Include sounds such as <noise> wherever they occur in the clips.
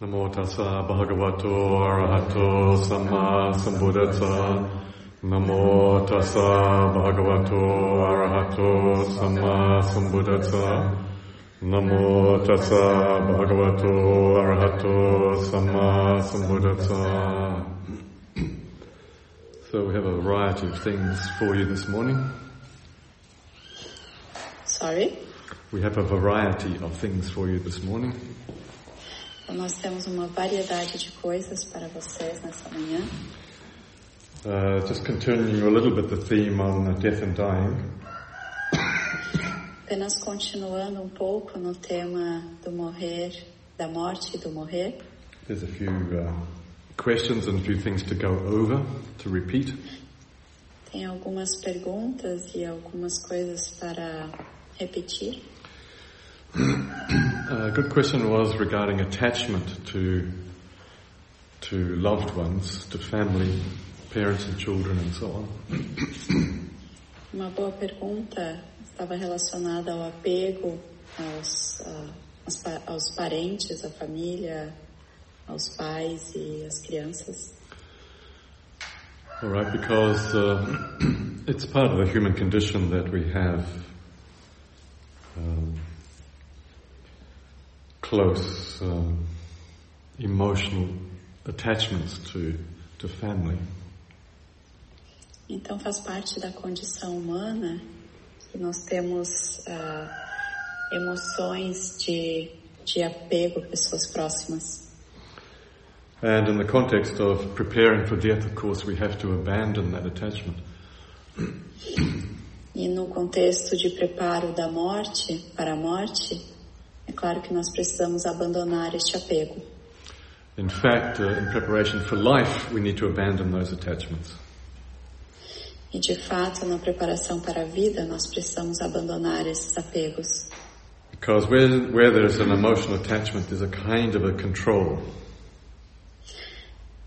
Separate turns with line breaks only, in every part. Namo tassa bhagavato arahato samma sambuddhassa. Namo tassa bhagavato arahato samma sambuddhassa. Namo tassa bhagavato arahato samma sambuddhassa. So we have a variety of things for you this morning.
Sorry?
We have a variety of things for you this morning.
Então, Nós temos uma variedade de coisas para vocês nessa manhã.
Uh, just continuing a little bit the theme on death and dying.
Apenas continuando um pouco no tema do morrer, da morte e do morrer.
There's a few uh, questions and a few things to go over, to repeat.
Tem algumas perguntas e algumas coisas para repetir.
A Uh, good question was regarding attachment to to loved ones, to family, parents and children and so on.
Uma boa pergunta estava relacionada ao apego aos, ah, aos, pa- aos parentes, à família, aos pais e às crianças.
All right, because uh, <clears throat> it's part of the human condition that we have um, close um, emotional attachments to to family.
Então faz parte da condição humana que nós temos ah, emoções de, de apego a pessoas próximas.
And in the context of preparing for death, of course, we have to abandon that attachment.
E no contexto de preparo da morte, para a morte, é claro que nós precisamos abandonar este apego.
In fact, uh, in preparation for life, we need to abandon those attachments.
E de fato, na preparação para a vida, nós precisamos abandonar esses apegos.
Because where, where there's an emotional attachment, there's a kind of a control.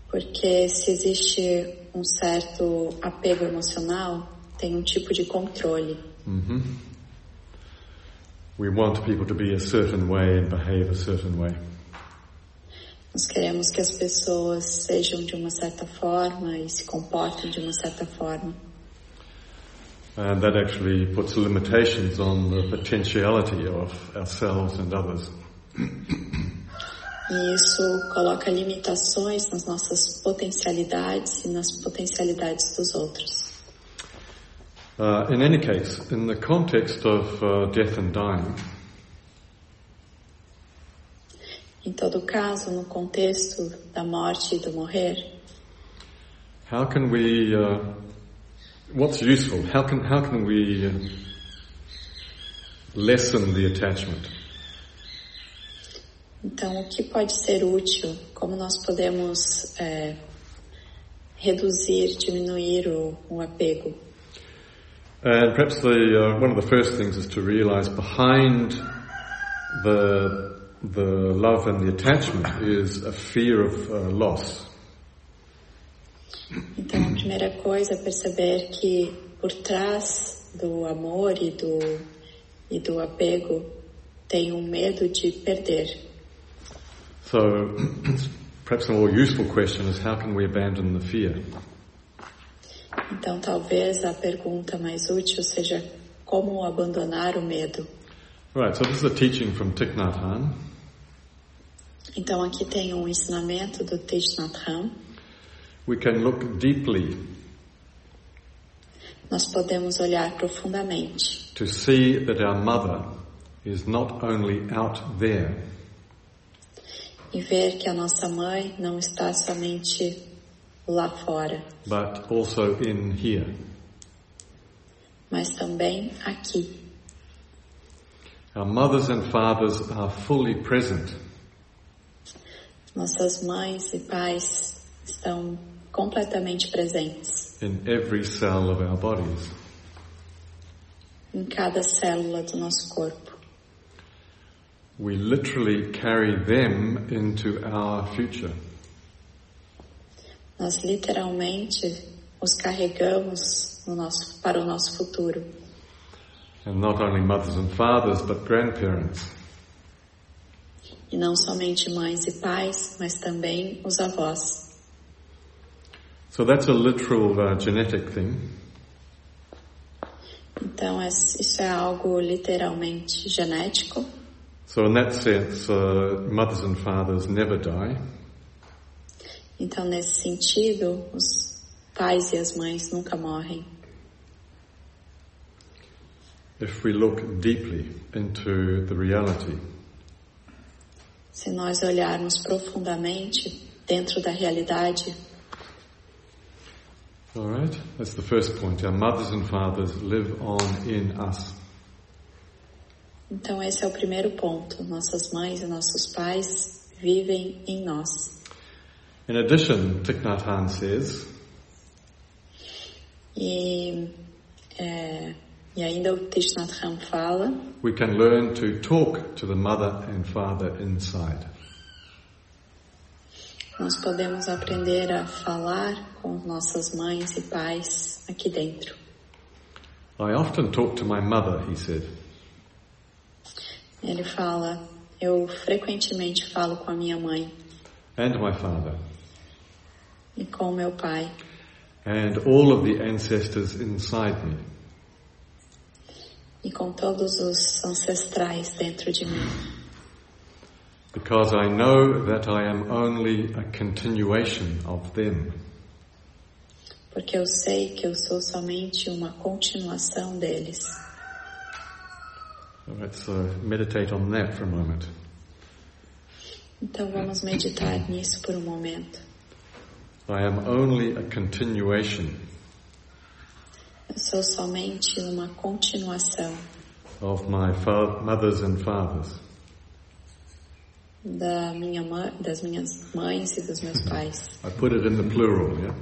Porque se existe um certo apego emocional, tem um tipo de controle.
We want people to be a certain way and behave a certain way.
Nós queremos que as pessoas sejam de uma certa forma e se comportem de uma certa forma.
And that actually puts limitations on the potentiality of ourselves and others.
E isso coloca limitações nas nossas potencialidades e nas potencialidades dos outros.
Uh, in any case, in the context of uh, death and dying,
Em todo caso, no contexto da morte e do morrer,
how can we, uh, what's useful? How can, how can we uh, lessen the attachment?
então o que pode ser útil? Como nós podemos eh, reduzir, diminuir o, o apego?
And perhaps the, uh, one of the first things is to realize behind the, the love and the attachment is a fear of uh, loss.
Então, a primeira coisa é perceber que por trás do amor e do, e do apego tem um medo de perder.
So <clears throat> perhaps a more useful question is how can we abandon the fear?
Então, talvez a pergunta mais útil seja como abandonar o medo.
Right, so this is a teaching from Thich Nhat Hanh.
Então, aqui tem um ensinamento do Thich Nhat Hanh.
We can look deeply
Nós podemos olhar profundamente
to see that our mother is not only out there,
e ver que a nossa mãe não está somente lá fora,
but also in here.
mas também aqui.
Our mothers and fathers are fully present
Nossas mães e pais estão completamente presentes
in every cell of our bodies.
em cada célula do nosso corpo.
We literally carry them into our future.
Nós literalmente os carregamos no nosso, para o nosso futuro.
And not only mothers and fathers, but grandparents.
E não somente mães e pais, mas também os avós.
So that's a literal uh, genetic thing.
Então, é- isso é algo literalmente genético.
So in that sense, uh, mothers and fathers never die.
Então, nesse sentido, os pais e as mães nunca morrem.
If we look deeply into the reality,
Se nós olharmos profundamente dentro da realidade,
all right, that's the first point. Our mothers and fathers live on in us.
então esse é o primeiro ponto. Nossas mães e nossos pais vivem em nós.
In addition, Thich Nhat Hanh says,
E, é, e ainda o Thich Nhat Hanh fala
we can learn to talk to the mother and father inside.
Nós podemos aprender a falar com nossas mães e pais aqui dentro.
I often talk to my mother, he said.
Ele fala: Eu frequentemente falo com a minha mãe
and my father,
e com meu pai
and all of the ancestors inside me.
e com todos os ancestrais dentro de mim,
Because I know that I am only a continuation of them.
porque eu sei que eu sou somente uma continuação deles.
Alright, so meditate on that for a moment.
Então vamos meditar nisso por um momento.
I am only a continuation
Eu sou somente uma continuação
of my fa- mothers and fathers.
da minha mãe, das minhas mães e dos meus pais. <laughs>
I put it in the plural, yeah?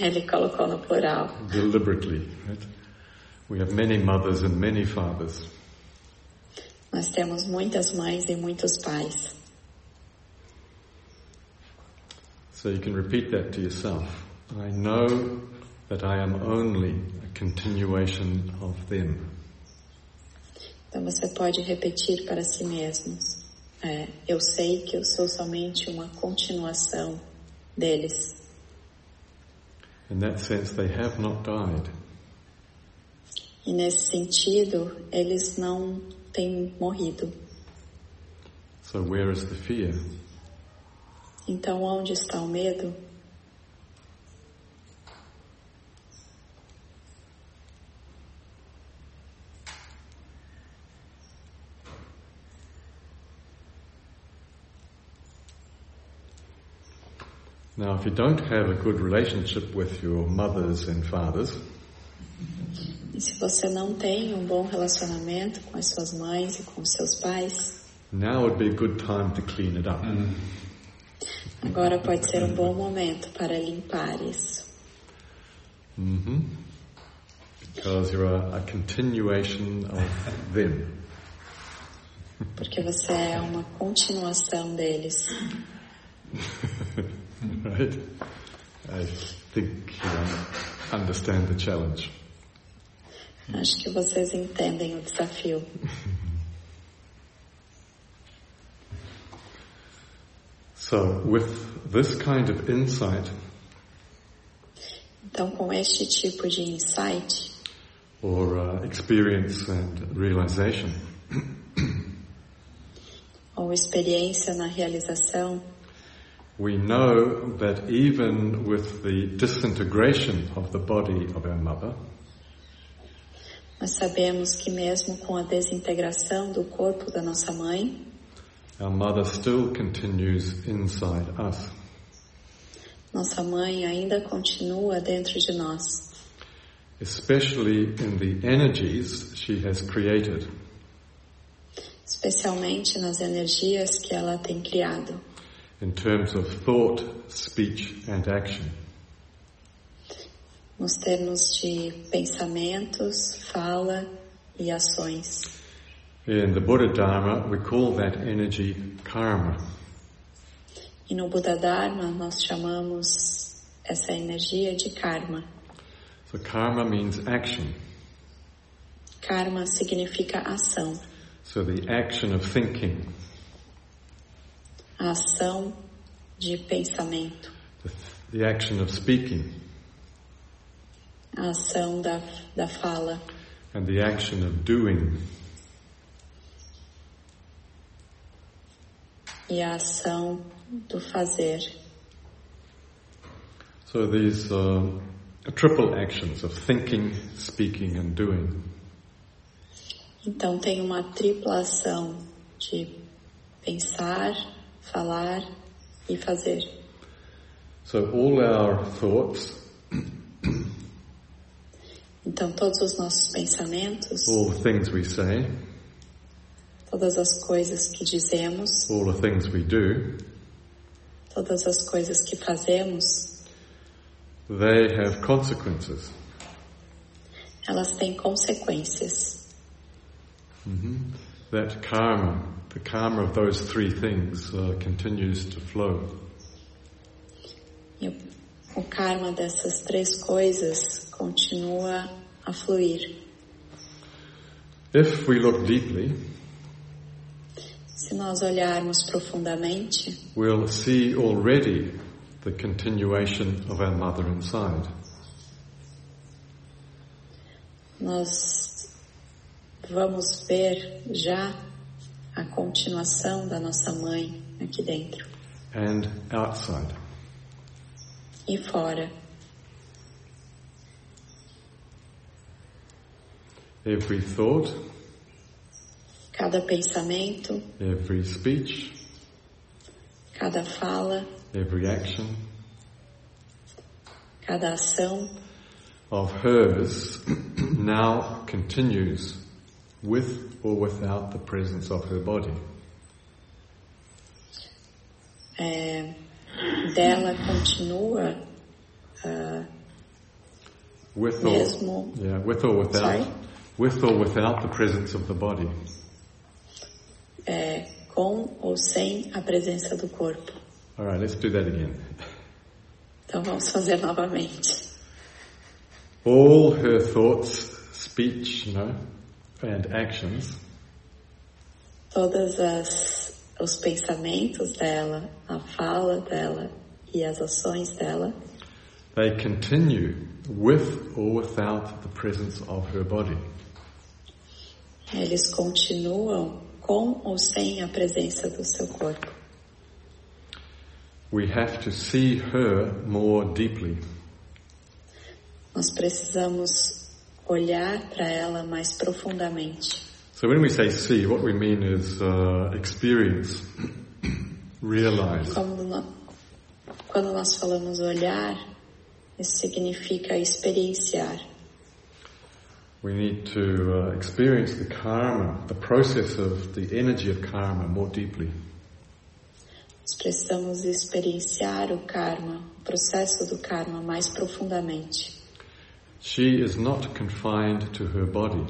Ele colocou no plural.
Deliberately, right? We have many mothers and many fathers.
Nós temos muitas mães e muitos pais.
So you can repeat that to yourself. I know that I am only a continuation of them.
Então você pode repetir para si mesmos. É, eu sei que eu sou somente uma continuação deles.
In that sense, they have not died.
E nesse sentido, eles não têm morrido.
So where is the fear?
Então onde está o medo?
Now, if you don't have a good relationship with your mothers and fathers,
E se você não tem um bom relacionamento com as suas mães e com os seus pais,
now would be a good time to clean it up.
agora pode ser um bom momento para limpar isso.
hmm Because you are a continuation of them.
Porque você é uma continuação deles.
Right? I think you un- understand the challenge.
Acho que vocês entendem o desafio.
So, with this kind of insight,
Então, com este tipo de insight
or uh, experience and realization,
ou experiência na realização,
We know that even with the disintegration of the body of our mother,
nós sabemos que mesmo com a desintegração do corpo da nossa mãe,
our mother still continues inside us.
nossa mãe ainda continua dentro de nós,
Especially in the energies she has created.
especialmente nas energias que ela tem criado,
In terms of thought, speech and action.
nos termos de pensamentos, fala e ações.
In the Buddha Dharma, we call that energy karma.
E no Buda Dharma, nós chamamos essa energia de karma.
So karma means action.
Karma significa ação.
So the action of thinking,
a ação de pensamento,
the action of speaking,
a ação da, da fala
and the action of doing.
e a ação do fazer.
So these uh, triple actions of thinking, speaking, and doing.
Então tem uma tripla ação de pensar, falar e fazer.
So all our thoughts,
Então todos os nossos pensamentos,
all the things we say,
todas as coisas que dizemos,
all the things we do,
todas as coisas que fazemos,
they have consequences.
elas têm consequências.
That karma, the karma of those three things, uh, continues to flow.
E o- o karma dessas três coisas continua a fluir.
If we look deeply,
Se nós olharmos profundamente,
we'll see already the continuation of our mother inside.
nós vamos ver já a continuação da nossa mãe aqui dentro
and outside.
e fora.
Every thought,
Cada pensamento,
every speech,
cada fala,
every action
cada ação
of hers <clears throat> now continues with or without the presence of her body.
é, dela continua,
With or,
mesmo,
yeah, with or without,
Sorry?
with or without the presence of the body.
é, com ou sem a presença do corpo.
All right, let's do that again.
Então vamos fazer novamente.
All her thoughts, speech, no, and actions
Todas as os pensamentos dela, a fala dela e as ações dela
they continue with or without the presence of her body.
Eles continuam com ou sem a presença do seu corpo.
We have to see her more deeply.
Nós precisamos olhar para ela mais profundamente.
So when we say see, what we mean is uh, experience, <clears throat> realize.
Quando nó- quando nós falamos olhar, isso significa experienciar.
We need to uh, experience the karma, the process of the energy of karma more deeply.
Nós precisamos experienciar o karma, o processo do karma mais profundamente.
She is not confined to her body,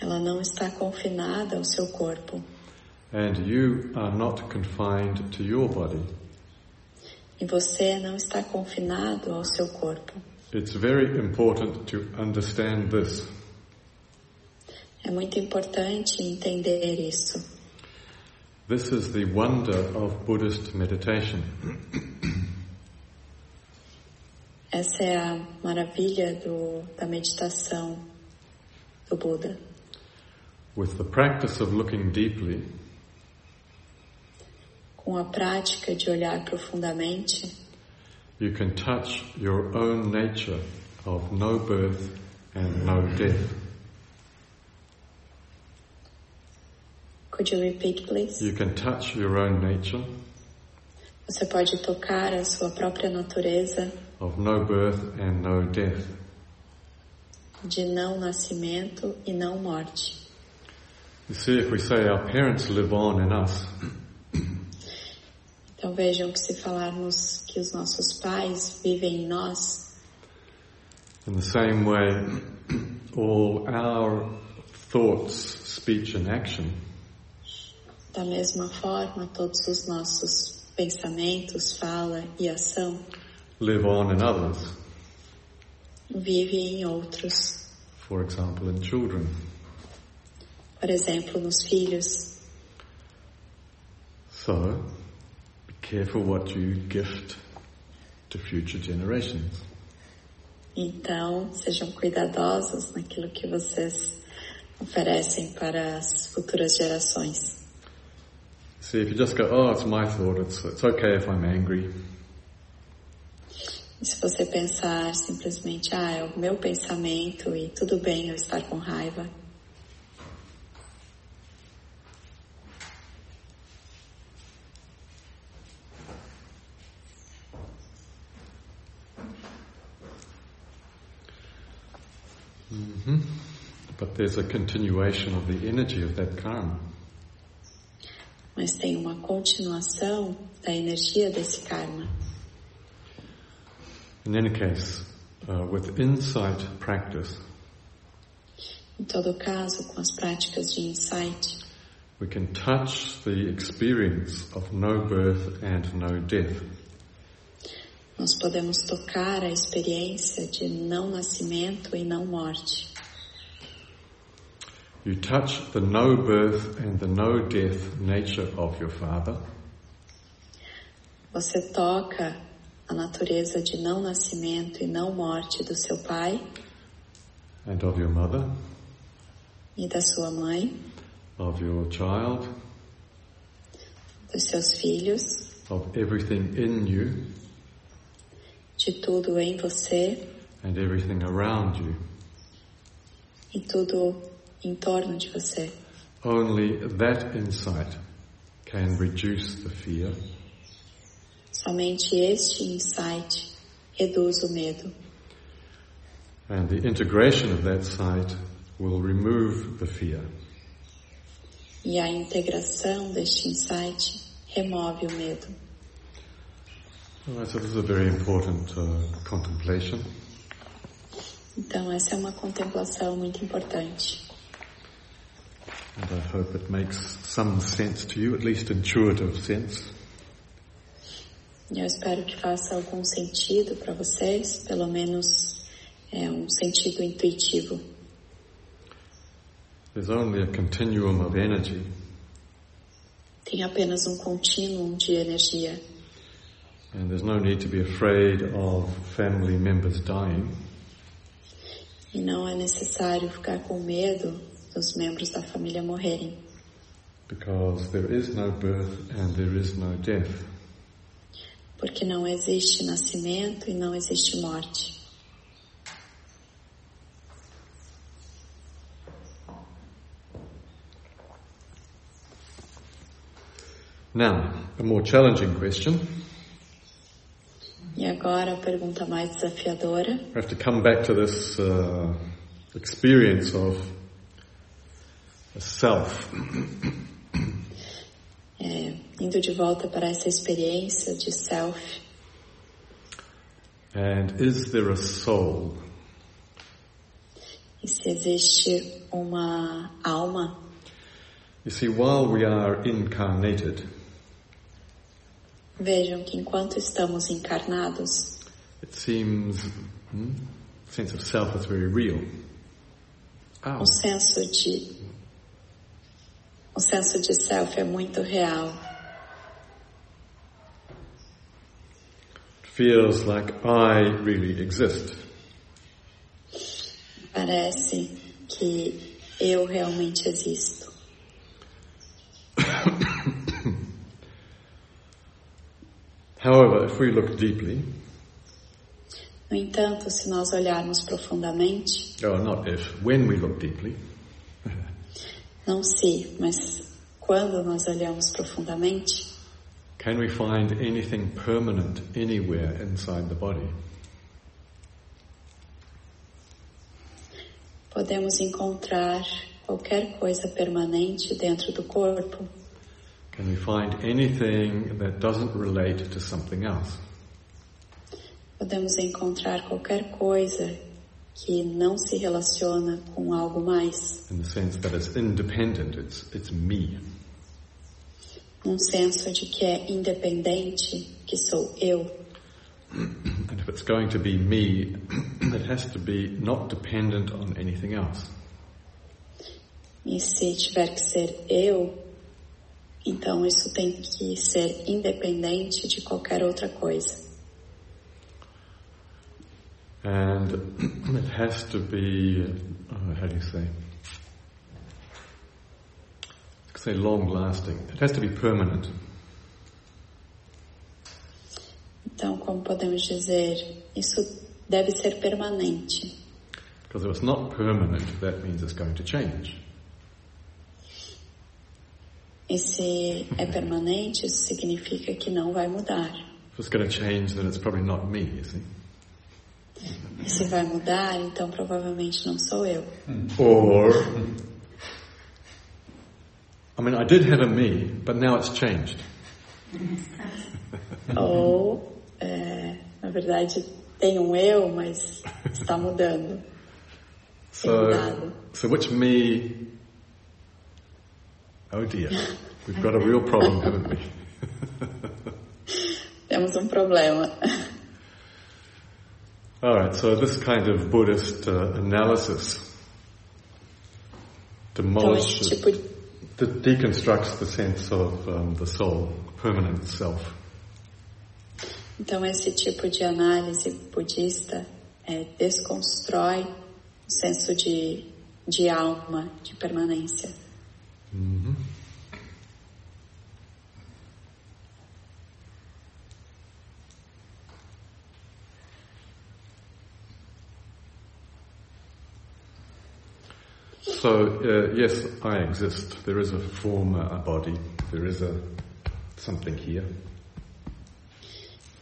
Ela não está confinada ao seu corpo
and you are not confined to your body.
e você não está confinado ao seu corpo.
It's very important to understand this.
É muito importante entender isso.
This is the wonder of Buddhist meditation.
Essa é a maravilha do, da meditação do Buda.
With the practice of looking deeply,
Com a prática de olhar profundamente,
You can touch your own nature of no birth and no death.
could you repeat, please?
You can touch your own nature
Você pode tocar a sua própria natureza
of no birth and no death.
de não nascimento e não morte.
You see, if we say our parents live on in us,
Então vejam que se falarmos que os nossos pais vivem em nós,
in the same way, all our thoughts, speech, and action
da mesma forma todos os nossos pensamentos, fala e ação
live on in others,
vivem em outros.
for example, in children.
Por exemplo, nos filhos.
So, be careful what you gift to future generations.
Então, sejam cuidadosos naquilo que vocês oferecem para as futuras gerações.
See, if you just go, oh, it's my thought, it's, it's okay if I'm angry,
E se você pensar simplesmente, ah, é o meu pensamento e tudo bem eu estar com raiva,
but there's a continuation of the energy of that karma.
mas tem uma continuação da energia desse karma.
In any case, uh, with insight practice,
Em todo caso, com as práticas de insight,
we can touch the experience of no birth and no death.
nós podemos tocar a experiência de não nascimento e não morte.
You touch the no birth and the no death nature of your father,
Você toca a natureza de não nascimento e não morte do seu pai
and of your mother,
e da sua mãe,
of your child,
dos seus filhos,
of everything in you
de tudo em você
and everything around you.
e tudo em torno de você.
Only that insight can reduce the fear
Somente este insight reduz o medo.
and the integration of that sight will remove the fear.
E a integração deste insight remove o medo.
Alright, so this is a very important uh, contemplation.
Então, essa é uma contemplação muito importante.
And I hope it makes some sense to you, at least intuitive sense.
E Eu espero que faça algum sentido para vocês, pelo menos é, um sentido intuitivo.
There's only a continuum of energy,
Tem apenas um contínuo de energia.
and there's no need to be afraid of family members dying.
E não é necessário ficar com medo dos membros da família morrerem,
Because there is no birth and there is no death.
porque não existe nascimento e não existe morte.
Now, a more challenging question.
E agora a pergunta mais desafiadora.
We have to come back to this uh, experience of a self.
É, indo de volta para essa experiência de self,
And is there a soul?
e se existe uma alma,
You see, while we are incarnated,
vejam que enquanto estamos encarnados,
it seems hmm, sense of self is very real. Ow.
o senso de o senso de self é muito real.
It feels like I really exist.
Parece que eu realmente existo.
However, if we look deeply,
No entanto, se nós olharmos profundamente,
or not if, when we look deeply,
não se, mas quando nós olhamos profundamente,
can we find anything permanent anywhere inside the body?
podemos encontrar qualquer coisa permanente dentro do corpo.
Can we find anything that doesn't relate to something else?
Podemos encontrar qualquer coisa que não se relaciona com algo mais,
In the sense that it's independent, it's, it's me.
num Um senso de que é independente, que sou eu.
And if it's going to be me, <clears throat> it has to be not dependent on anything else.
E se tiver que ser eu, Então isso tem que ser independente de qualquer outra coisa.
And <clears throat> it has to be, uh, how do you say? I could say long lasting. It has to be permanent.
Então, como podemos dizer, isso deve ser permanente.
Because if it's not permanent, that means it's going to change.
E se é permanente, isso significa que não vai mudar.
If it's going to change, then it's probably not me, you see.
E se vai mudar, então provavelmente não sou eu.
Or, I mean, I did have a me, but now it's changed.
Ou, é, na verdade, tem um eu, mas está mudando. Tem
So,
mudado.
so which me? Oh dear, we've got a real problem, haven't we?
Temos um problema.
All right, so this kind of Buddhist uh, analysis
Então, esse
demolishes,
tipo de
de- deconstructs the sense of um, the soul, permanent self.
Então, esse tipo de análise budista é, desconstrói o senso de, de alma, de permanência.
So uh, yes, I exist. There is a form, a body. There is a something here.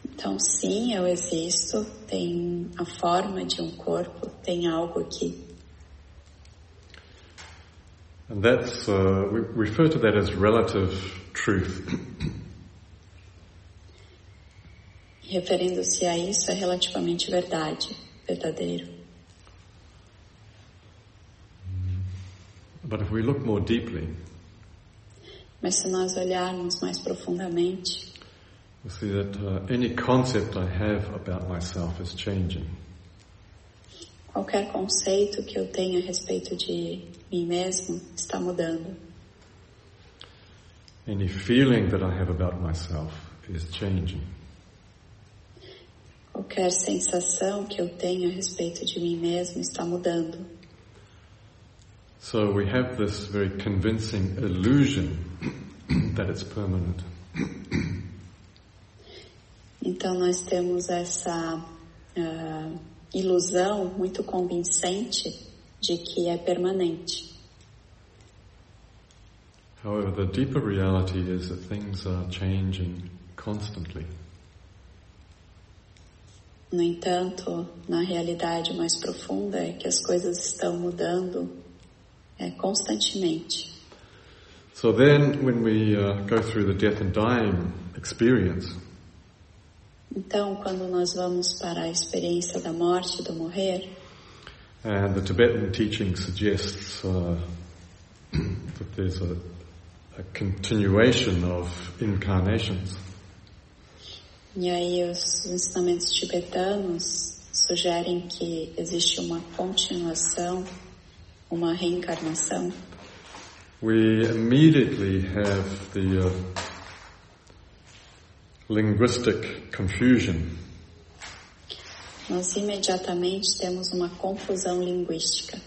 Então, sim, eu existo, tem a forma de um corpo, tem algo aqui.
And that's, uh, we refer to that as relative truth.
Referindo-se a isso, é relativamente verdade, verdadeiro.
But if we look more deeply,
Mas se nós olharmos mais profundamente,
we see that uh, any concept I have about myself is changing.
qualquer conceito que eu tenha a respeito de mim mesmo está mudando.
Any feeling that I have about myself is changing.
Qualquer sensação que eu tenho a respeito de mim mesmo está mudando.
So we have this very convincing illusion <coughs> that it's permanent.
Então nós temos essa ah, ilusão muito convincente de que é permanente.
However, the deeper reality is that things are changing constantly.
No entanto, na realidade mais profunda é que as coisas estão mudando eh, constantemente.
So then, when we uh, go through the death and dying experience,
Então, quando nós vamos para a experiência da morte, do morrer,
And the Tibetan teaching suggests uh, <clears throat> that there's a, a continuation of incarnations.
E aí os ensinamentos tibetanos sugerem que existe uma continuação, uma reencarnação.
We immediately have the uh, linguistic confusion
Nós imediatamente temos uma confusão linguística,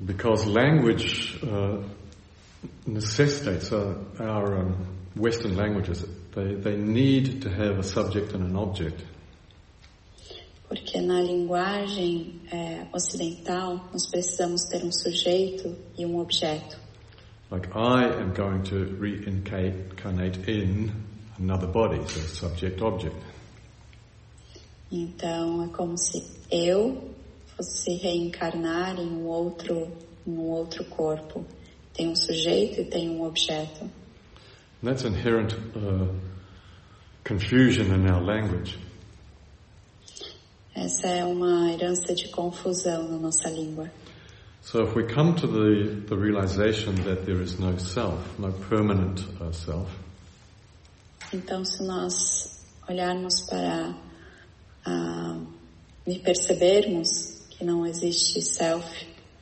because language uh, necessitates uh, our um, Western languages. They, they need to have a subject and an object.
porque na linguagem eh, ocidental nós precisamos ter um sujeito e um objeto.
Like, I am going to reincarnate in another body, so subject object.
Então é como se eu fosse reencarnar em um outro, em um outro corpo. Tem um sujeito e tem um objeto.
And that's inherent uh, confusion in our language.
Essa é uma herança de confusão na nossa língua.
So if we come to the, the realization that there is no self, no permanent uh, self,
Então, se nós olharmos para ah, e percebermos que não existe self,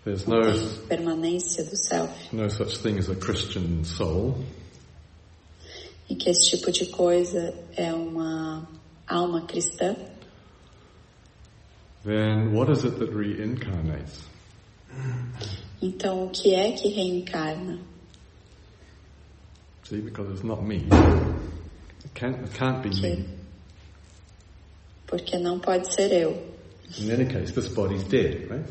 there's
não
no,
tem permanência do self,
no such thing as a Christian soul,
e que esse tipo de coisa é uma alma cristã,
then what is it that reincarnates?
então o que é que reencarna?
See, because it's not me. It can't, it can't be me.
Porque não pode ser eu.
In any case, this body's dead, right?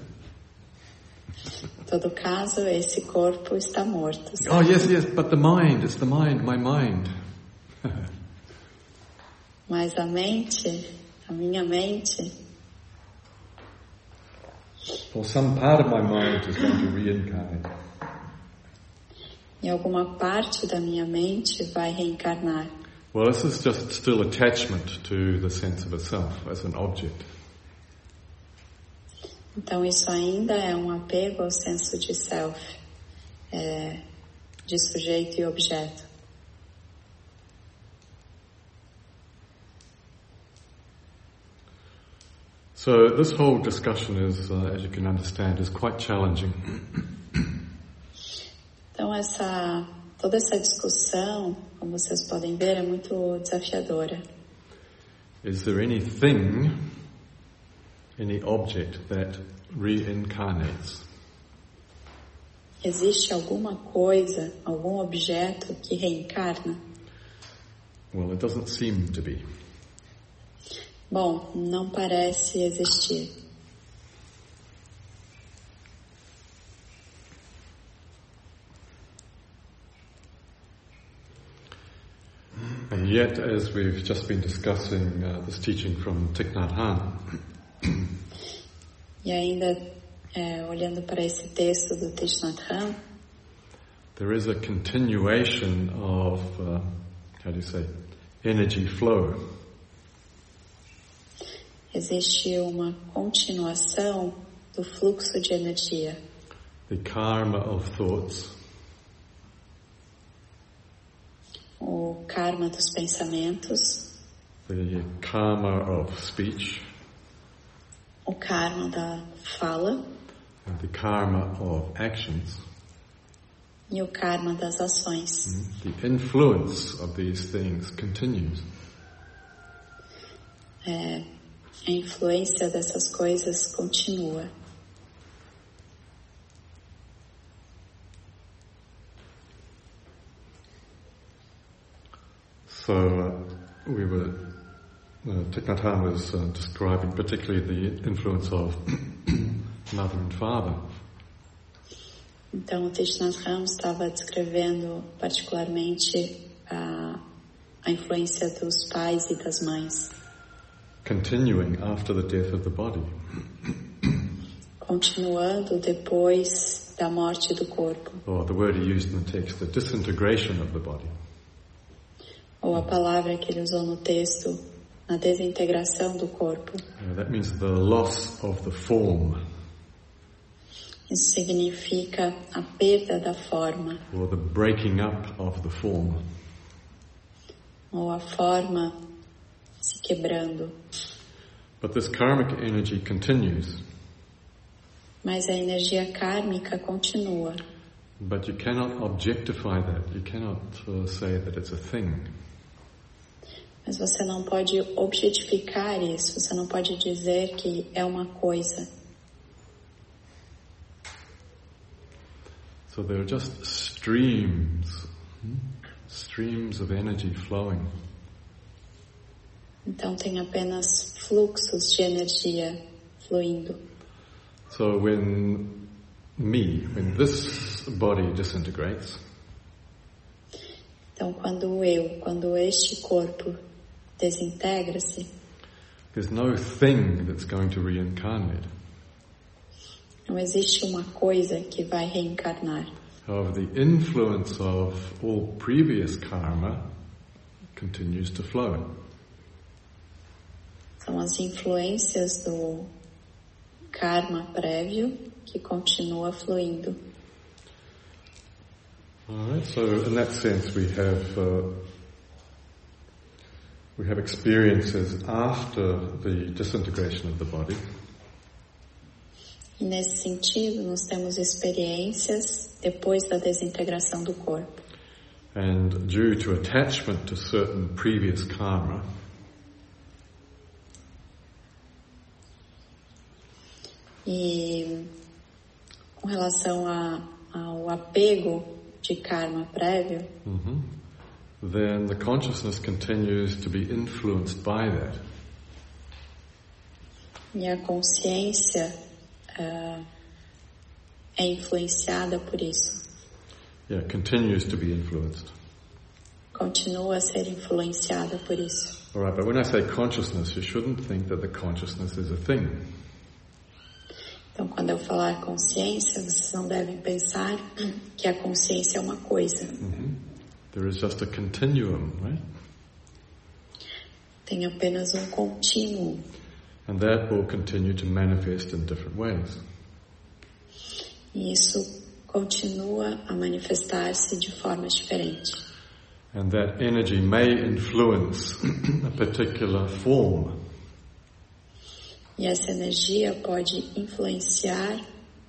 Em todo caso, esse corpo está morto.
Oh, yes, yes, but the mind, it's the mind, my mind.
Mas a mente, a minha mente,
Or some part of my mind is going to reincarnate.
em alguma parte da minha mente, vai reencarnar.
Well, this is just still attachment to the sense of itself as an object.
Então isso ainda é um apego ao senso de self, é, de sujeito e objeto.
So this whole discussion is, uh, as you can understand, is quite challenging.
Então essa toda essa discussão, como vocês podem ver, é muito desafiadora.
Is there anything, any object that reincarnates?
Existe alguma coisa, algum objeto que reencarna?
Well, it doesn't seem to be.
Bom, não parece existir.
And yet, as we've just been discussing uh, this teaching from Thich Nhat Hanh,
E ainda é, olhando para esse texto do Thich Nhat Hanh,
there is a continuation of, uh, how do you say, energy flow.
existe uma continuação do fluxo de energia,
The karma of thoughts
o karma dos pensamentos,
the karma of speech
o karma da fala
and the karma of actions,
e o karma das ações.
the influence of these things continues.
É, a influência dessas coisas continua.
So uh, we were, uh, Thich Nhat Hanh was uh, describing particularly the influence of <coughs> mother and father.
Então, o Thich Nhat Hanh estava descrevendo particularmente a, a influência dos pais e das mães,
continuing after the death of the body.
continuando depois da morte do corpo,
Or the word he used in the text, the disintegration of the body.
ou a palavra que ele usou no texto, na desintegração do corpo.
Uh, that means the loss of the form
Isso significa a perda da forma,
or the breaking up of the form.
ou a forma se quebrando.
But this karmic energy continues,
Mas a energia kármica continua.
but you cannot objectify that. You cannot uh, say that it's a thing.
Mas você não pode objetificar isso, você não pode dizer que é uma coisa.
So there are just streams, hmm, streams of energy flowing.
Então tem apenas fluxos de energia fluindo.
So when me, when this body disintegrates,
Então quando eu, quando este corpo desintegra-se,
There's no thing that's going to reincarnate.
não existe uma coisa que vai reencarnar.
However, the influence of all previous karma continues to flow.
São as influências do karma prévio que continua fluindo.
Alright, so in that sense we have, uh, we have experiences after the disintegration of the body,
E nesse sentido, nós temos experiências depois da desintegração do corpo.
And due to attachment to certain previous karma,
E com relação a, ao apego de karma prévio,
mhm, then the consciousness continues to be influenced by that.
minha consciência ah, é influenciada por isso,
Yeah, continues to be influenced.
continua a ser influenciada por isso.
All right, but when I say consciousness, you shouldn't think that the consciousness is a thing.
Então, quando eu falar consciência, vocês não devem pensar que a consciência é uma coisa.
There is just a continuum, right?
Tem apenas um contínuo
And that will continue to manifest in different ways.
e isso continua a manifestar-se de formas diferentes.
And that energy may influence <clears throat> a particular form.
E essa energia pode influenciar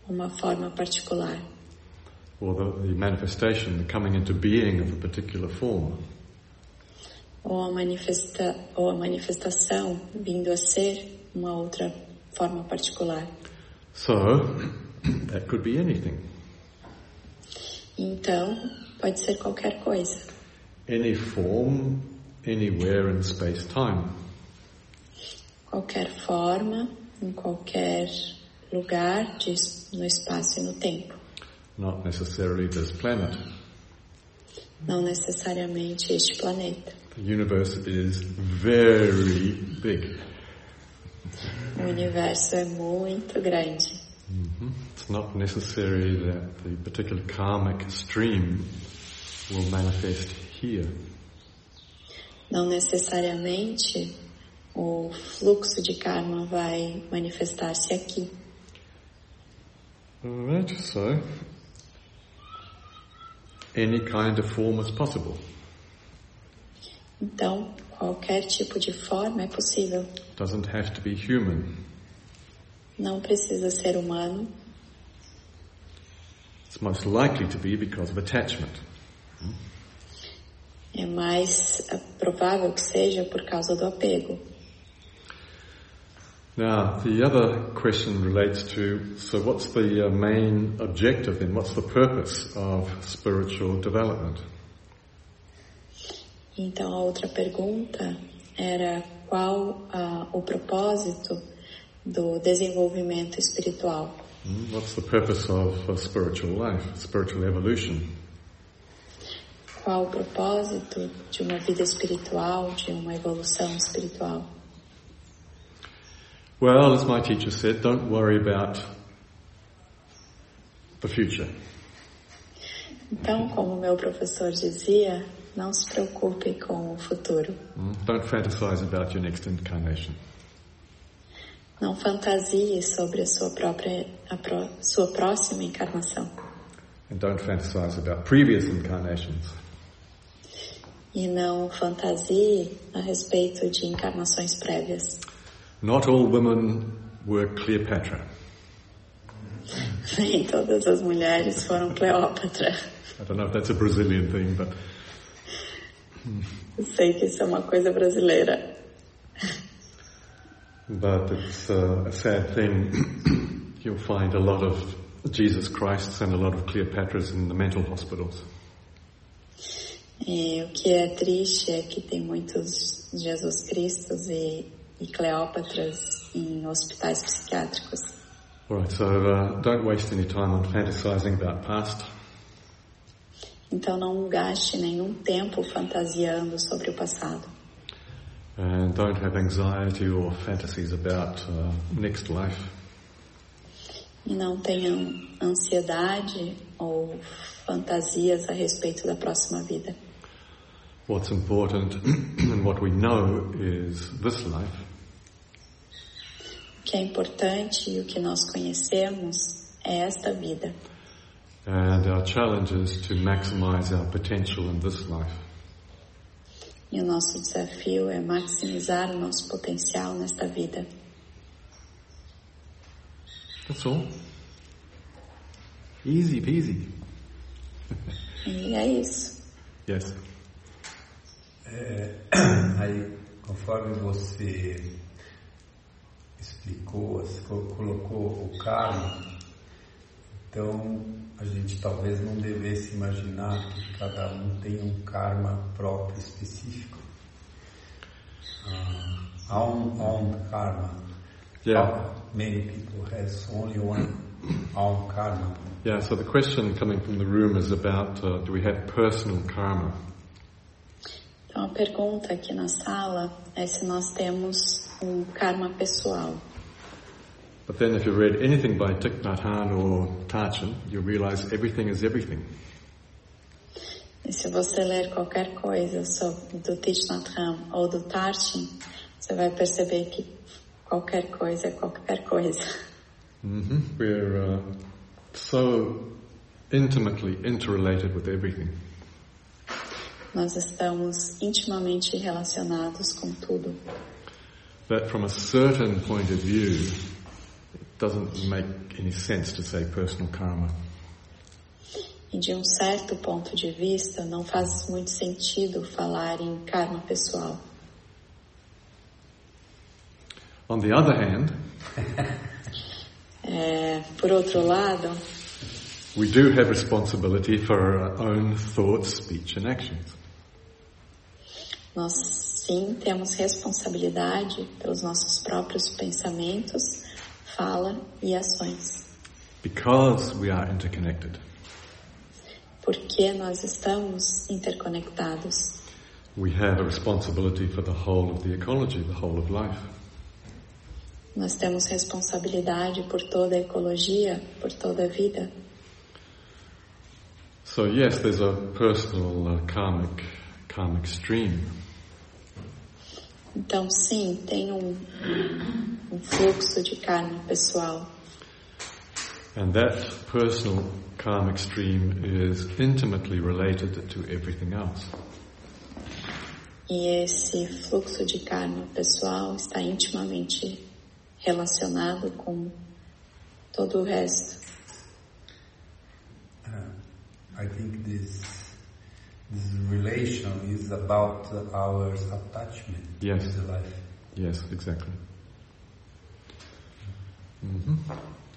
uma forma particular
or the, the manifestation, the coming into being of a particular form.
ou a, manifesta ou a manifestação vindo a ser uma outra forma particular.
So, <clears throat> that could be anything.
Então, pode ser qualquer coisa,
Any form, anywhere in space time.
qualquer forma, em qualquer lugar, de, es- no espaço e no tempo.
Not necessarily this planet.
Não necessariamente este planeta.
The universe is very big.
O universo é muito grande.
It's not necessary that the particular karmic stream will manifest here.
Não necessariamente o fluxo de karma vai manifestar-se aqui.
Alright, so any kind of form is possible.
Então, qualquer tipo de forma é possível.
Doesn't have to be human.
Não precisa ser humano.
It's most likely to be because of attachment.
É mais é, provável que seja por causa do apego.
Now, the other question relates to so, what's the uh, main objective then? What's the purpose of spiritual development?
Então, a outra pergunta era qual ah, o propósito do desenvolvimento espiritual?
Hmm, What's the purpose of, of spiritual life, spiritual evolution?
Qual o propósito de uma vida espiritual, de uma evolução espiritual?
Well, as my teacher said, don't worry about the future.
Então, como meu professor dizia, não se preocupe com o futuro.
Hmm, Don't fantasize about your next incarnation.
Não fantasie sobre a sua própria, a pró- sua próxima encarnação.
And don't fantasize about previous incarnations.
E não fantasie a respeito de encarnações prévias. <laughs>
Not all women were Cleopatra.
Nem todas as mulheres foram Cleópatra.
I don't know if that's a Brazilian thing, but
Eu sei que isso é uma coisa brasileira.
But it's uh, a sad thing. <clears throat> You'll find a lot of Jesus Christs and a lot of Cleopatras in the mental hospitals.
E o que é triste é que tem muitos Jesus Cristos e, e Cleópatras em hospitais psiquiátricos.
All right, so uh, don't waste any time on fantasizing about past.
Então não gaste nenhum tempo fantasiando sobre o passado.
And don't have anxiety or fantasies about uh, next life.
E não tenham ansiedade ou fantasias a respeito da próxima vida.
What's important <clears throat> and what we know is this life,
O que é importante e o que nós conhecemos é esta vida.
and our challenge is to maximize our potential in this life.
E o nosso desafio é maximizar o nosso potencial nesta vida.
That's all. Easy peasy.
E é isso.
Yes.
É, aí, conforme você explicou, você colocou o karma, então a gente talvez não devesse imaginar que cada um tem um karma próprio específico. Uh, own, own um karma.
Yeah.
Many people has only one own karma.
Yeah, so the question coming from the room is about uh, do we have personal karma?
Então a pergunta aqui na sala é se nós temos um karma pessoal.
But then if you read anything by Thich Nhat Hanh or Tarchin, you realize everything is everything.
E se você ler qualquer coisa sobre, do Thich Nhat Hanh ou do Tarchin, você vai perceber que qualquer coisa é qualquer coisa. <laughs>
hmm We're uh, so intimately interrelated with everything.
Nós estamos intimamente relacionados com tudo.
That from a certain point of view, it doesn't make any sense to say personal karma.
E de um certo ponto de vista, não faz muito sentido falar em karma pessoal.
On the other hand,
É, por outro lado,
we do have responsibility for our own thoughts, speech and actions.
nós sim temos responsabilidade pelos nossos próprios pensamentos, fala e ações,
Because we are interconnected,
porque nós estamos interconectados.
we have a responsibility for the whole of the ecology, the whole of life.
Nós temos responsabilidade por toda a ecologia, por toda a vida.
So yes, there's a personal uh, karmic, karmic stream,
Então, sim, tem um, um fluxo de karma pessoal.
and that personal karmic stream is intimately related to everything else.
E esse fluxo de karma pessoal está intimamente relacionado com todo o resto.
I think this this relation is about our attachment
Yes.
to the life.
Yes, exactly. hmm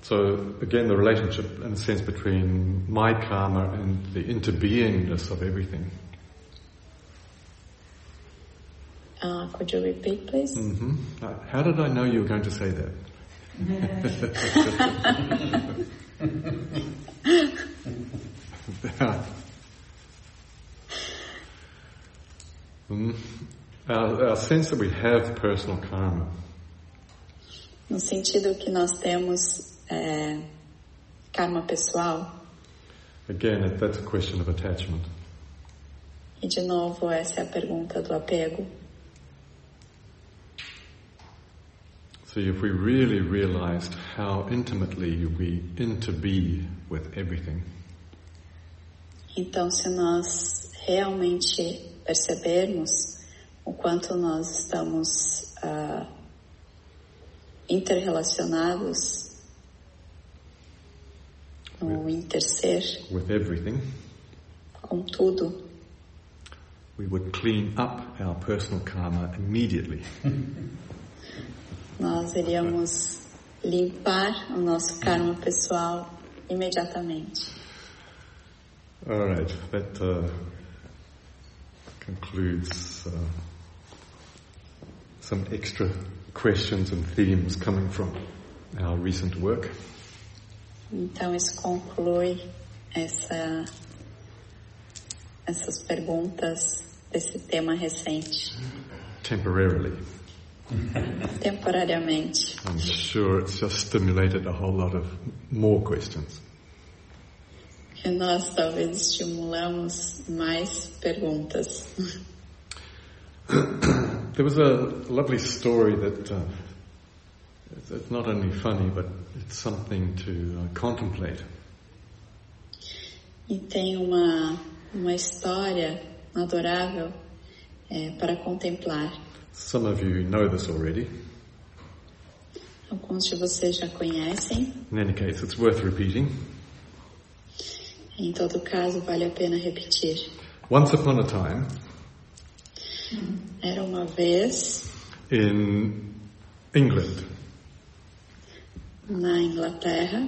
So again, the relationship, in a sense, between my karma and the interbeingness of everything.
Uh, could you repeat, please?
hmm How did I know you were going to say that? <laughs> Mm. Our, our sense that we have personal karma,
No sentido que nós temos é, karma pessoal,
again, that- that's a question of attachment.
e de novo, essa é a pergunta do apego.
So if we really realized how intimately we interbe with everything,
Então, se nós realmente percebermos o quanto nós estamos ah, interrelacionados no interser
with everything,
com tudo,
we would clean up our personal karma immediately.
nós iríamos limpar o nosso karma pessoal imediatamente.
All right, that uh, concludes uh, some extra questions and themes coming from our recent work.
Então, isso conclui essa, essas perguntas desse tema recente,
Temporarily,
temporariamente.
I'm sure it's just stimulated a whole lot of more questions.
E nós talvez estimulamos mais perguntas.
There was a lovely story that uh, it's- it's not only funny, but it's something to uh, contemplate.
E tem uma, uma história adorável é, para contemplar.
Some of you know this already.
Alguns de vocês já conhecem,
In any case, it's worth repeating.
em todo caso, vale a pena repetir.
Once upon a time,
Era uma vez
in England,
na Inglaterra,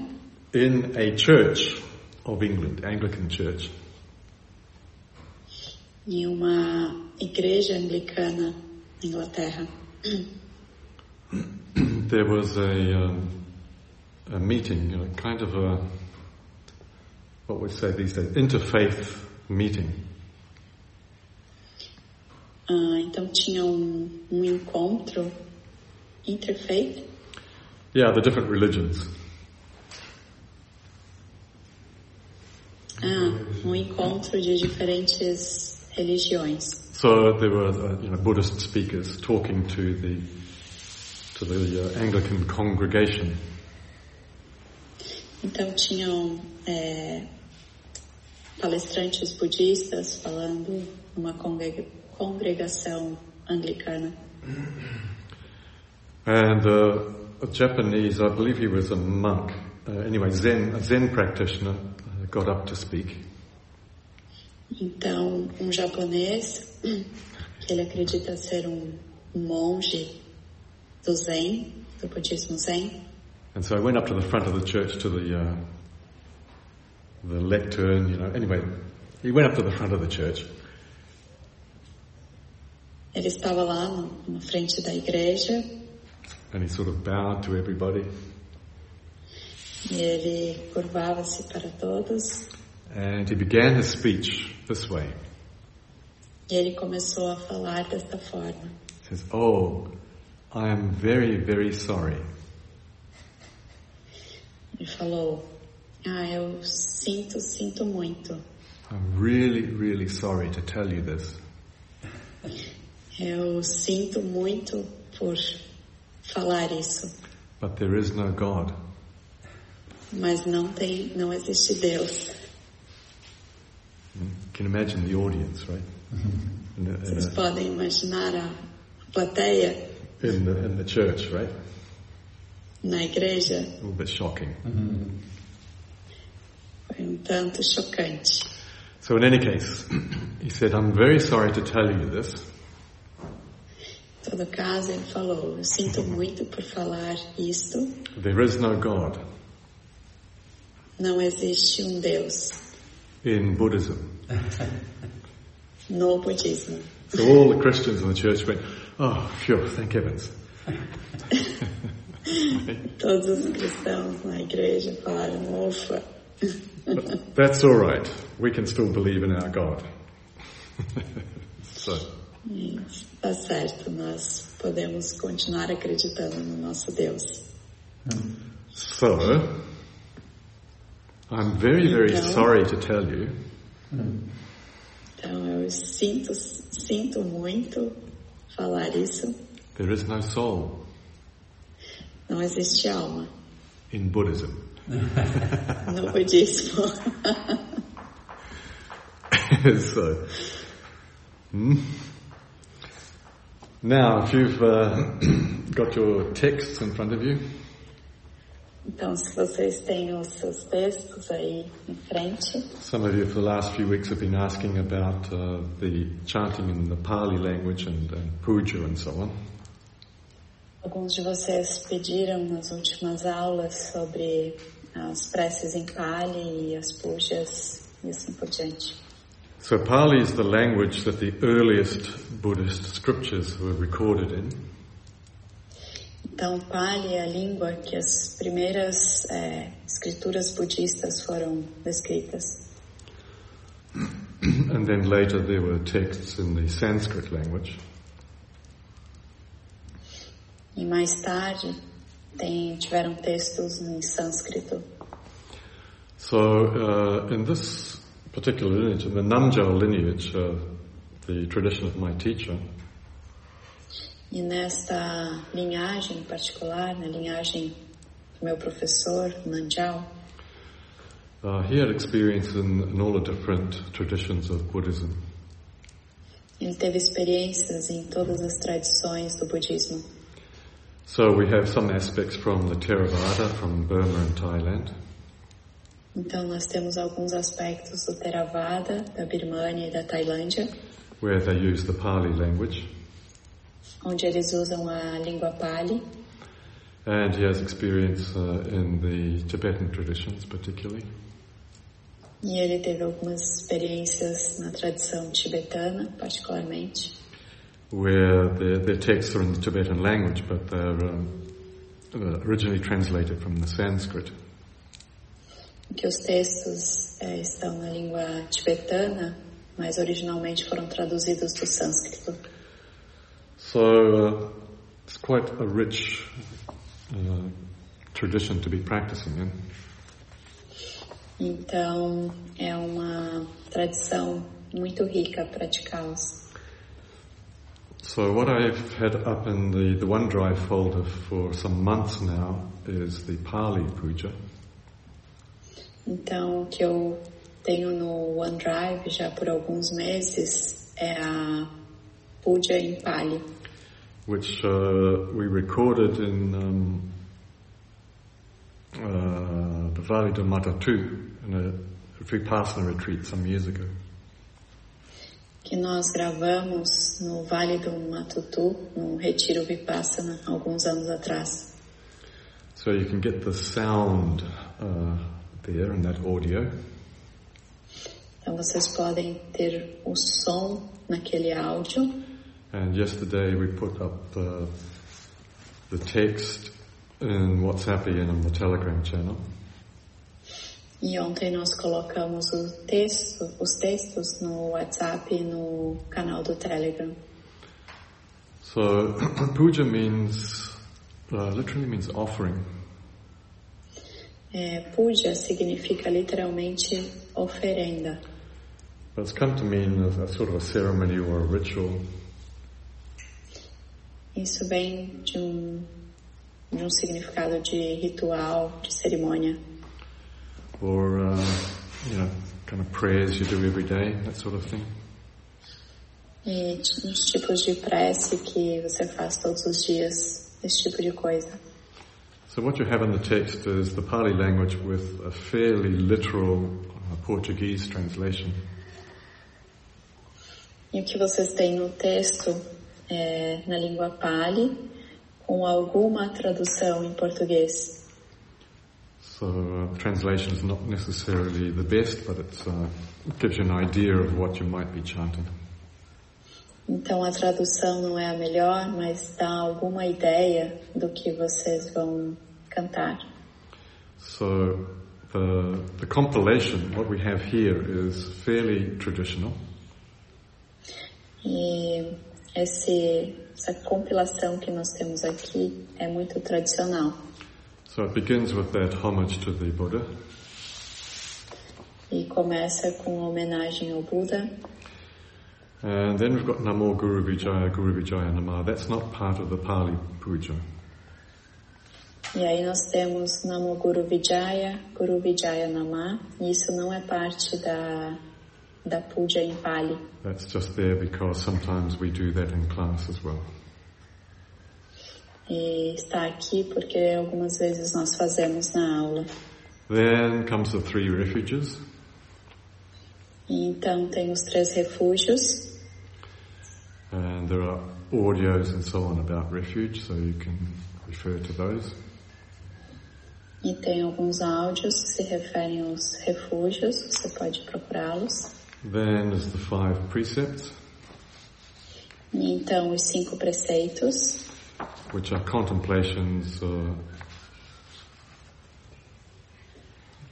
in a church of England, Anglican church,
em uma igreja anglicana na Inglaterra,
there was a, um, a meeting, you know, kind of a, what we say these days, interfaith meeting.
Ah, então tinha um, um encontro interfaith
Yeah, the different religions.
ah, um encontro de diferentes religiões.
So there were uh, you know, Buddhist speakers talking to the to the uh, Anglican congregation,
Então tinham é, palestrantes budistas falando numa congrega- congregação anglicana.
and uh, a Japanese, I believe he was a monk. Uh, anyway, Zen a Zen practitioner uh, got up to speak,
Então, um japonês, que ele acredita ser um monge do Zen, do budismo Zen,
and so I went up to the front of the church to the uh, the lectern. You know, anyway, he went up to the front of the church,
ele estava lá no- na frente da igreja
and he sort of bowed to everybody,
e ele curvava-se para todos
and he began his speech this way.
e ele começou a falar desta forma.
says, Oh, I am very, very sorry.
Ele falou: Ah, eu sinto, sinto muito.
I'm really, really sorry to tell you this.
Eu sinto muito por falar isso,
But there is no God.
mas não tem, não existe Deus.
You can imagine the audience, right? In the, in
Vocês
the,
podem imaginar a plateia
in the, in the church, right?
na igreja?
A little bit shocking.
Foi um tanto chocante.
So, in any case, <clears throat> he said, I'm very sorry to tell you this,
Em todo caso, ele falou: Eu sinto muito por falar isto.
there is no God
Não existe um Deus
in Buddhism.
no budismo.
So, all the Christians in the church went, Oh, phew, thank heavens.
Todos os cristãos na igreja falaram: Ufa,
That's all right. We can still believe in our God. <laughs> so,
está Tá certo, nós podemos continuar acreditando no nosso Deus.
So, I'm very, very
Então.
sorry to tell you
Então eu sinto, sinto muito falar isso.
there is no soul
Não existe alma
in Buddhism. <laughs>
no budismo.
so, hmm. now if you've uh, <clears throat> got your texts in front of you,
Então se vocês têm os seus textos aí em frente,
some of you for the last few weeks have been asking about uh, the chanting in the Pali language and, and puja and so on.
alguns de vocês pediram nas últimas aulas sobre as preces em Pali e as pujas e assim por diante.
So Pali is the language that the earliest Buddhist scriptures were recorded in. <clears throat>
Então Pali é a língua que as primeiras eh, escrituras budistas foram descritas.
And then later there were texts in the Sanskrit language.
E mais tarde tem, tiveram textos em sânscrito.
So uh, in this particular lineage, in the Namjal lineage, uh, the tradition of my teacher,
E nesta linhagem em particular, na linhagem do meu professor, Nanjal,
uh, he had experience in, in all the different traditions of Buddhism.
ele teve experiências em todas as tradições do budismo.
So we have some aspects from the Theravada from Burma and Thailand.
Então, nós temos alguns aspectos do Theravada, da Birmania e da Tailândia,
where they use the Pali language,
onde eles usam a língua Pali,
and he has experience uh, in the Tibetan traditions, particularly.
e ele teve algumas experiências na tradição tibetana, particularmente,
where their, their texts are in the Tibetan language, but they're um, uh, originally translated from the Sanskrit.
em que os textos eh, estão na língua tibetana, mas originalmente foram traduzidos do sânscrito.
So uh, it's quite a rich uh, tradition to be practicing in.
Então, é uma tradição muito rica praticá-los.
So what I've had up in the, the OneDrive folder for some months now is the Pali Puja.
Então, o que eu tenho no OneDrive já por alguns meses é a Puja em Pali,
which uh, we recorded in um, uh, the Valley de Matatu in a Vipassana retreat some years ago.
que nós gravamos no Vale do Matutu, no Retiro Vipassana, alguns anos atrás.
So you can get the sound uh, there in that audio.
Então, vocês podem ter o som naquele áudio.
And yesterday we put up uh, the text in WhatsAppian and the Telegram channel.
E ontem nós colocamos o texto, os textos no WhatsApp e no canal do Telegram.
So <coughs> puja means, uh, literally means offering.
É, puja significa literalmente oferenda,
But it's come to mean a, a sort of a ceremony or a ritual
Isso vem de um, de um significado de ritual, de cerimônia,
or uh, you know, kind of prayers you do every day, that sort of thing.
e t- uns tipos de prece que você faz todos os dias, esse tipo de coisa.
So what you have in the text is the Pali language with a fairly literal uh, Portuguese translation.
E o que vocês têm no texto é na língua Pali, com alguma tradução em português.
So uh, the translation is not necessarily the best, but it's, uh, it gives you an idea of what you might be chanting.
Então a tradução não é a melhor, mas dá alguma ideia do que vocês vão cantar.
So the, the compilation, what we have here is fairly traditional.
E esse, essa compilação que nós temos aqui é muito tradicional.
So it begins with that homage to the Buddha,
E começa com a homenagem ao Buda.
And then we've got Namo Guru Vijaya, Guru Vijaya Namah. That's not part of the Pali Puja.
E aí nós temos Namo Guru Vijaya, Guru Vijaya Namah. E isso não é parte da, da Puja em Pali.
That's just there because sometimes we do that in class as well.
E está aqui porque algumas vezes nós fazemos na aula.
Then comes the three refuges,
E então tem os três refúgios.
and there are audios and so on about refuge, so you can refer to those.
E tem alguns áudios que se referem aos refúgios. Você pode procurá-los.
Then is the five precepts,
E Então, os cinco preceitos,
which are contemplations, uh,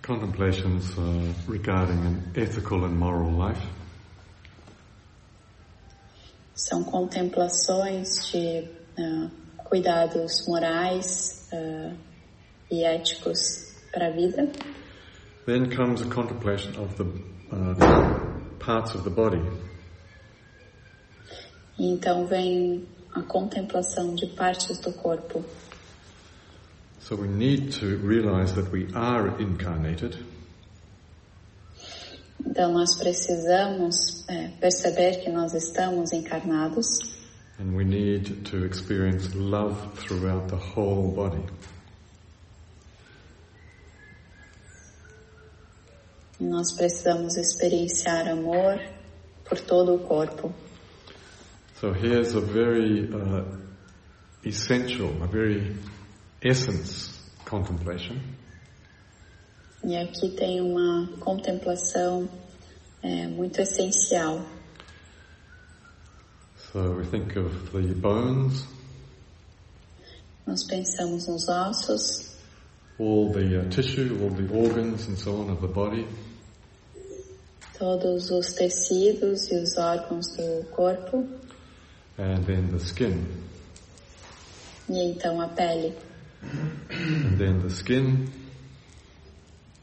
contemplations uh, regarding an ethical and moral life.
são contemplações de ah, cuidados morais ah, e éticos para a vida.
Then comes a contemplation of the uh, parts of the body.
E Então, vem a contemplação de partes do corpo.
So we need to realize that we are incarnated
Então, nós precisamos eh, perceber que nós estamos encarnados
and we need to experience love throughout the whole body.
Nós precisamos experienciar amor por todo o corpo.
So here's a very uh, essential, a very essence contemplation.
E aqui tem uma contemplação é, muito essencial.
So we think of the bones,
Nós pensamos nos ossos,
all the uh, tissue, all the organs and so on of the body,
todos os tecidos e os órgãos do corpo
and then the skin.
e então a pele.
And then the skin,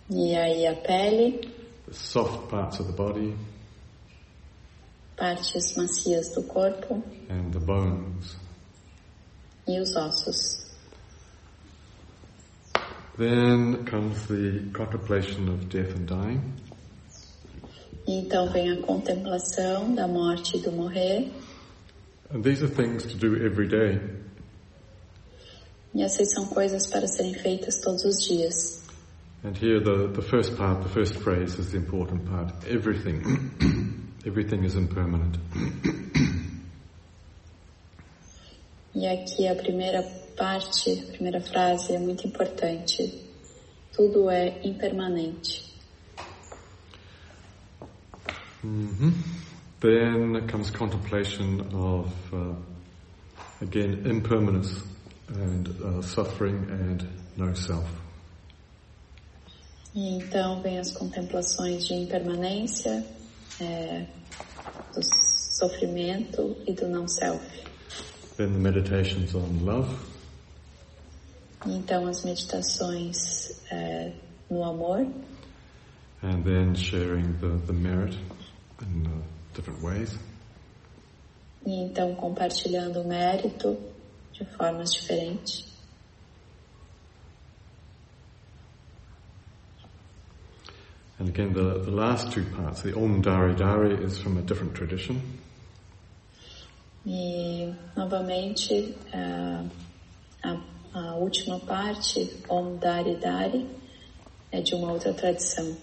E aí a pele,
the soft parts of the body,
partes macias do corpo
and the bones.
e os ossos.
Then comes the contemplation of death and dying.
E então vem a contemplação da morte e do morrer.
And these are things to do every day.
E essas são coisas para serem feitas todos os dias.
And here the, the first part, the first phrase is the important part. Everything. <clears throat> Everything is impermanent.
E aqui a primeira parte, a primeira frase é muito importante. Tudo é impermanente.
Then comes contemplation of, uh, again, impermanence and uh, suffering and no self.
E então vem as contemplações de impermanência, é, do sofrimento e do não self.
Then the meditations on love,
E então as meditações é, no amor
and then sharing the, the merit in uh, different ways.
e então compartilhando o mérito de formas diferentes.
And again, the, the last two parts, the Om Dari Dari, is from a different tradition.
E novamente a, a, a última parte, Om Dari Dari, é de uma outra tradição.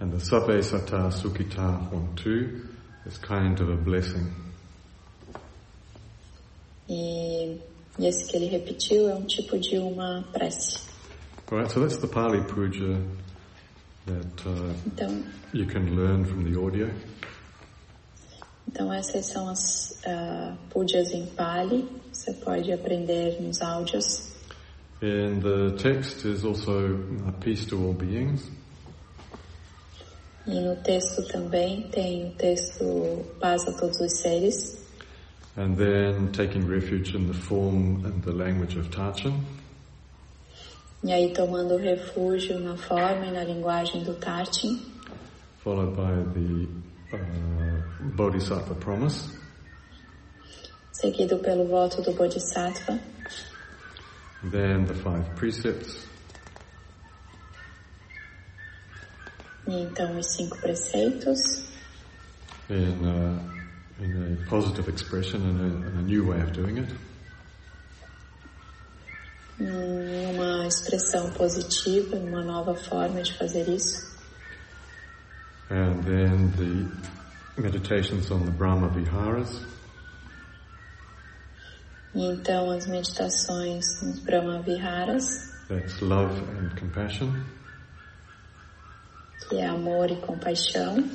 And the Sabbe Sata Sukita Hontu is kind of a blessing.
E, e esse que ele repetiu é um tipo de uma prece.
Alright, so that's the Pali Puja that uh,
Então,
you can learn from the audio.
então essas são as ah, pujas em Pali, você pode aprender nos áudios.
And the text is also uh, peace to all beings.
E no texto também tem o texto Paz a Todos os Seres.
And then taking refuge in the form and the language of Tarchin.
E aí tomando refúgio na forma e na linguagem do Tartin.
followed by the uh, Bodhisattva promise.
seguido pelo voto do Bodhisattva,
Then the five precepts.
e então os cinco preceitos,
in, uh, in a positive expression and a, and a new way of doing it.
em uma expressão positiva, em uma nova forma de fazer isso,
And then the meditations on the Brahma Viharas.
e então as meditações nos Brahma Viharas,
That's love and compassion,
que é amor e compaixão,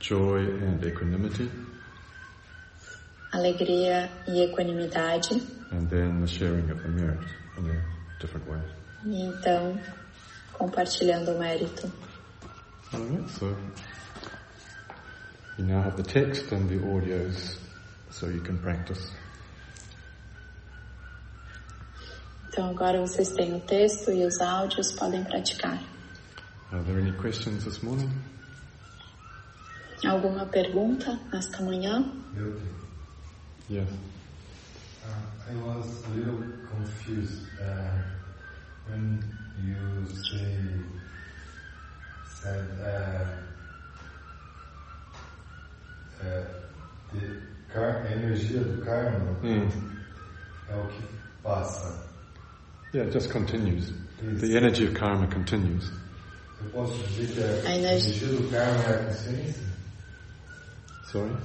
joy and equanimity,
alegria e equanimidade,
and then the sharing of the merit in a different way.
e então compartilhando o mérito.
All right, so you now have the text and the audios so you can practice.
Então agora vocês têm o texto e os áudios, podem praticar.
Are there any questions this morning?
Alguma pergunta nesta manhã?
Building.
Yes.
Uh, I was a little confused uh, when you say said uh, uh, de car- a energia do karma é o que passa.
Yeah, it just continues.
Yes.
Mm. The energy of karma continues.
Eu posso dizer que a, a energia do karma é a consciência?
Sorry?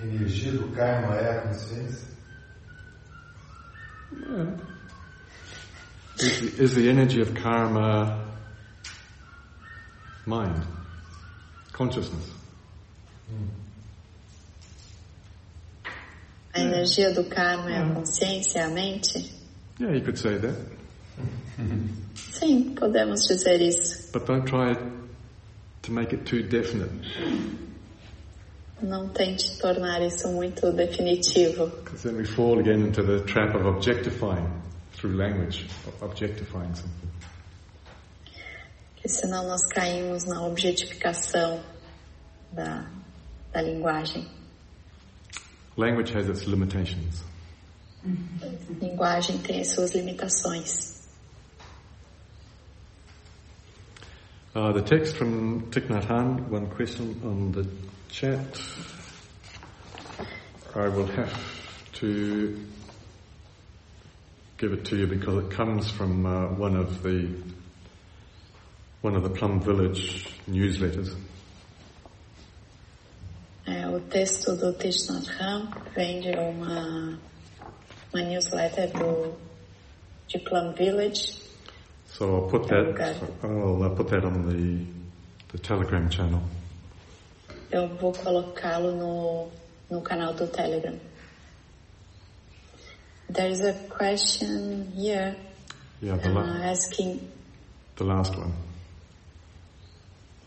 A energia do karma é a consciência?
Yeah. Is, the, is the energy of karma mind? Consciousness? Hmm.
A energia do karma é a consciência, a mente?
Yeah, you could say that.
Sim, podemos dizer isso.
But don't try to make it too definite.
Não tente tornar isso muito definitivo.
Because then we fall again into the trap of objectifying through language, objectifying something.
Porque senão nós caímos na objetificação da, da linguagem.
Language has its limitations.
Linguagem tem suas limitações.
Uh, the text from Thich Nhat Hanh, one question on the chat. I will have to give it to you because it comes from uh, one of the one of the Plum Village newsletters.
É, o texto do Thich Nhat Hanh vem de uma, uma newsletter do, de Plum Village.
So I'll put that, I'll, I'll put that on the, the Telegram channel.
Eu vou colocá-lo no, no canal do Telegram. There is a question here
yeah, the
uh,
la-
asking
the last one.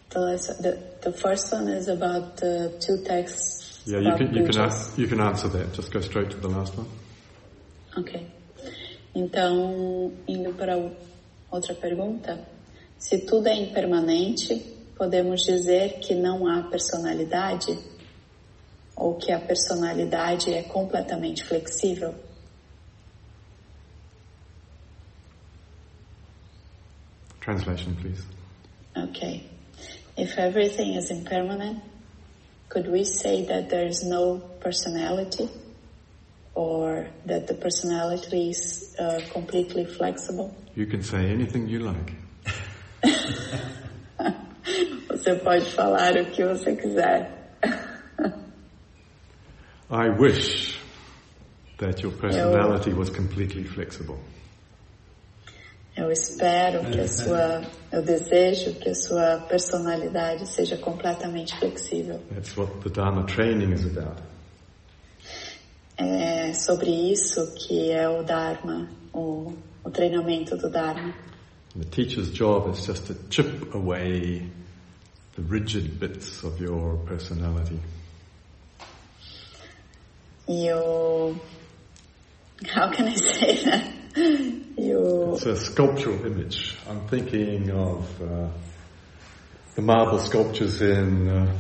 The, last, the, the first one is about the two texts.
Yeah, you
about
can you can
pujas.
ask, you can answer that. Just go straight to the last one.
Ok. Então, indo para o- outra pergunta. Se tudo é impermanente, podemos dizer que não há personalidade? Ou que a personalidade é completamente flexível?
Translation, please.
Ok. If everything is impermanent, could we say that there is no personality? Or that the personality is uh, completely flexible?
You can say anything you like.
Você pode falar o que você quiser.
I wish that your personality was completely flexible.
Eu espero que a sua, eu desejo que a sua personalidade seja completamente flexível.
That's what the Dharma training is about.
É sobre isso que é o Dharma, o, o treinamento do Dharma.
And the teacher's job is just to chip away the rigid bits of your personality.
E o. <laughs> How can I say that? E o.
It's a sculptural image. I'm thinking of uh, the marble sculptures in uh,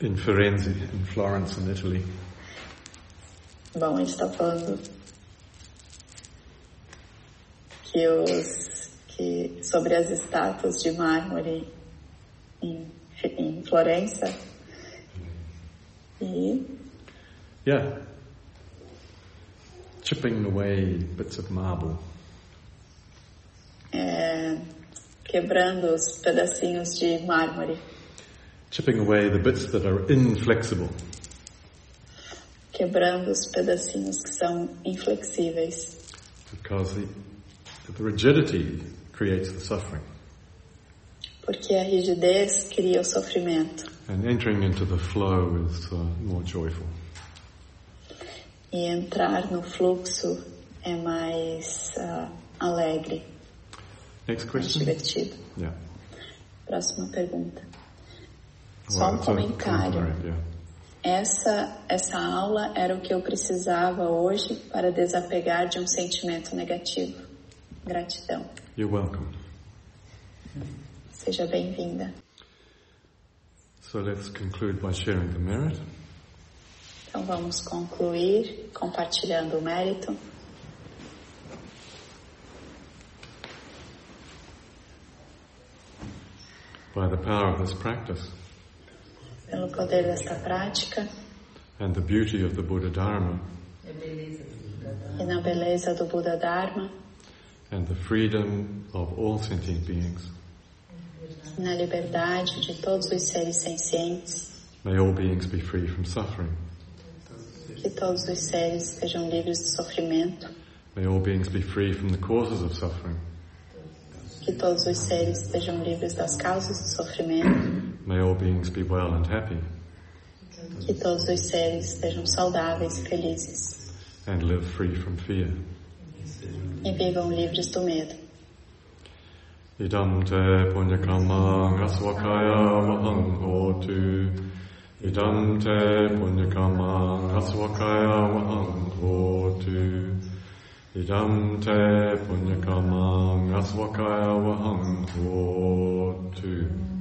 in Firenze, in Florence, in Italy.
Bom, ele está falando que os que sobre as estátuas de mármore em, em Florença e
Yeah, chipping away bits of marble.
é, quebrando os pedacinhos de mármore,
chipping away the bits that are inflexible.
quebrando os pedacinhos que são inflexíveis,
Because the, the rigidity creates the suffering.
porque a rigidez cria o sofrimento
And entering into the flow is uh, more joyful.
e entrar no fluxo é mais ah, alegre,
Next
mais
question?
divertido.
Yeah.
Próxima pergunta. Só
Well,
um
it's a
comentário.
comment, yeah.
Essa, essa aula era o que eu precisava hoje para desapegar de um sentimento negativo. Gratidão.
You're welcome.
Seja bem-vinda.
So let's conclude by sharing the merit.
Então vamos concluir compartilhando o mérito.
By the power of this practice
Pelo poder desta prática
and the beauty of the Buddha Dharma
e na beleza do Buda Dharma
and the freedom of all sentient beings,
na liberdade de todos os seres sencientes.
May all beings be free from suffering.
Que todos os seres estejam livres do sofrimento.
May all beings be free from the causes of suffering.
Que todos os seres estejam livres das causas do sofrimento.
May all beings be well and happy
Que todos os seres estejam saudáveis, felizes
and live free from fear.
e vivam livres do medo.
Idam te punyakramang aswakaya vahang hotu. Idam te punyakramang aswakaya vahang hotu. Idam te punyakramang aswakaya vahang hotu.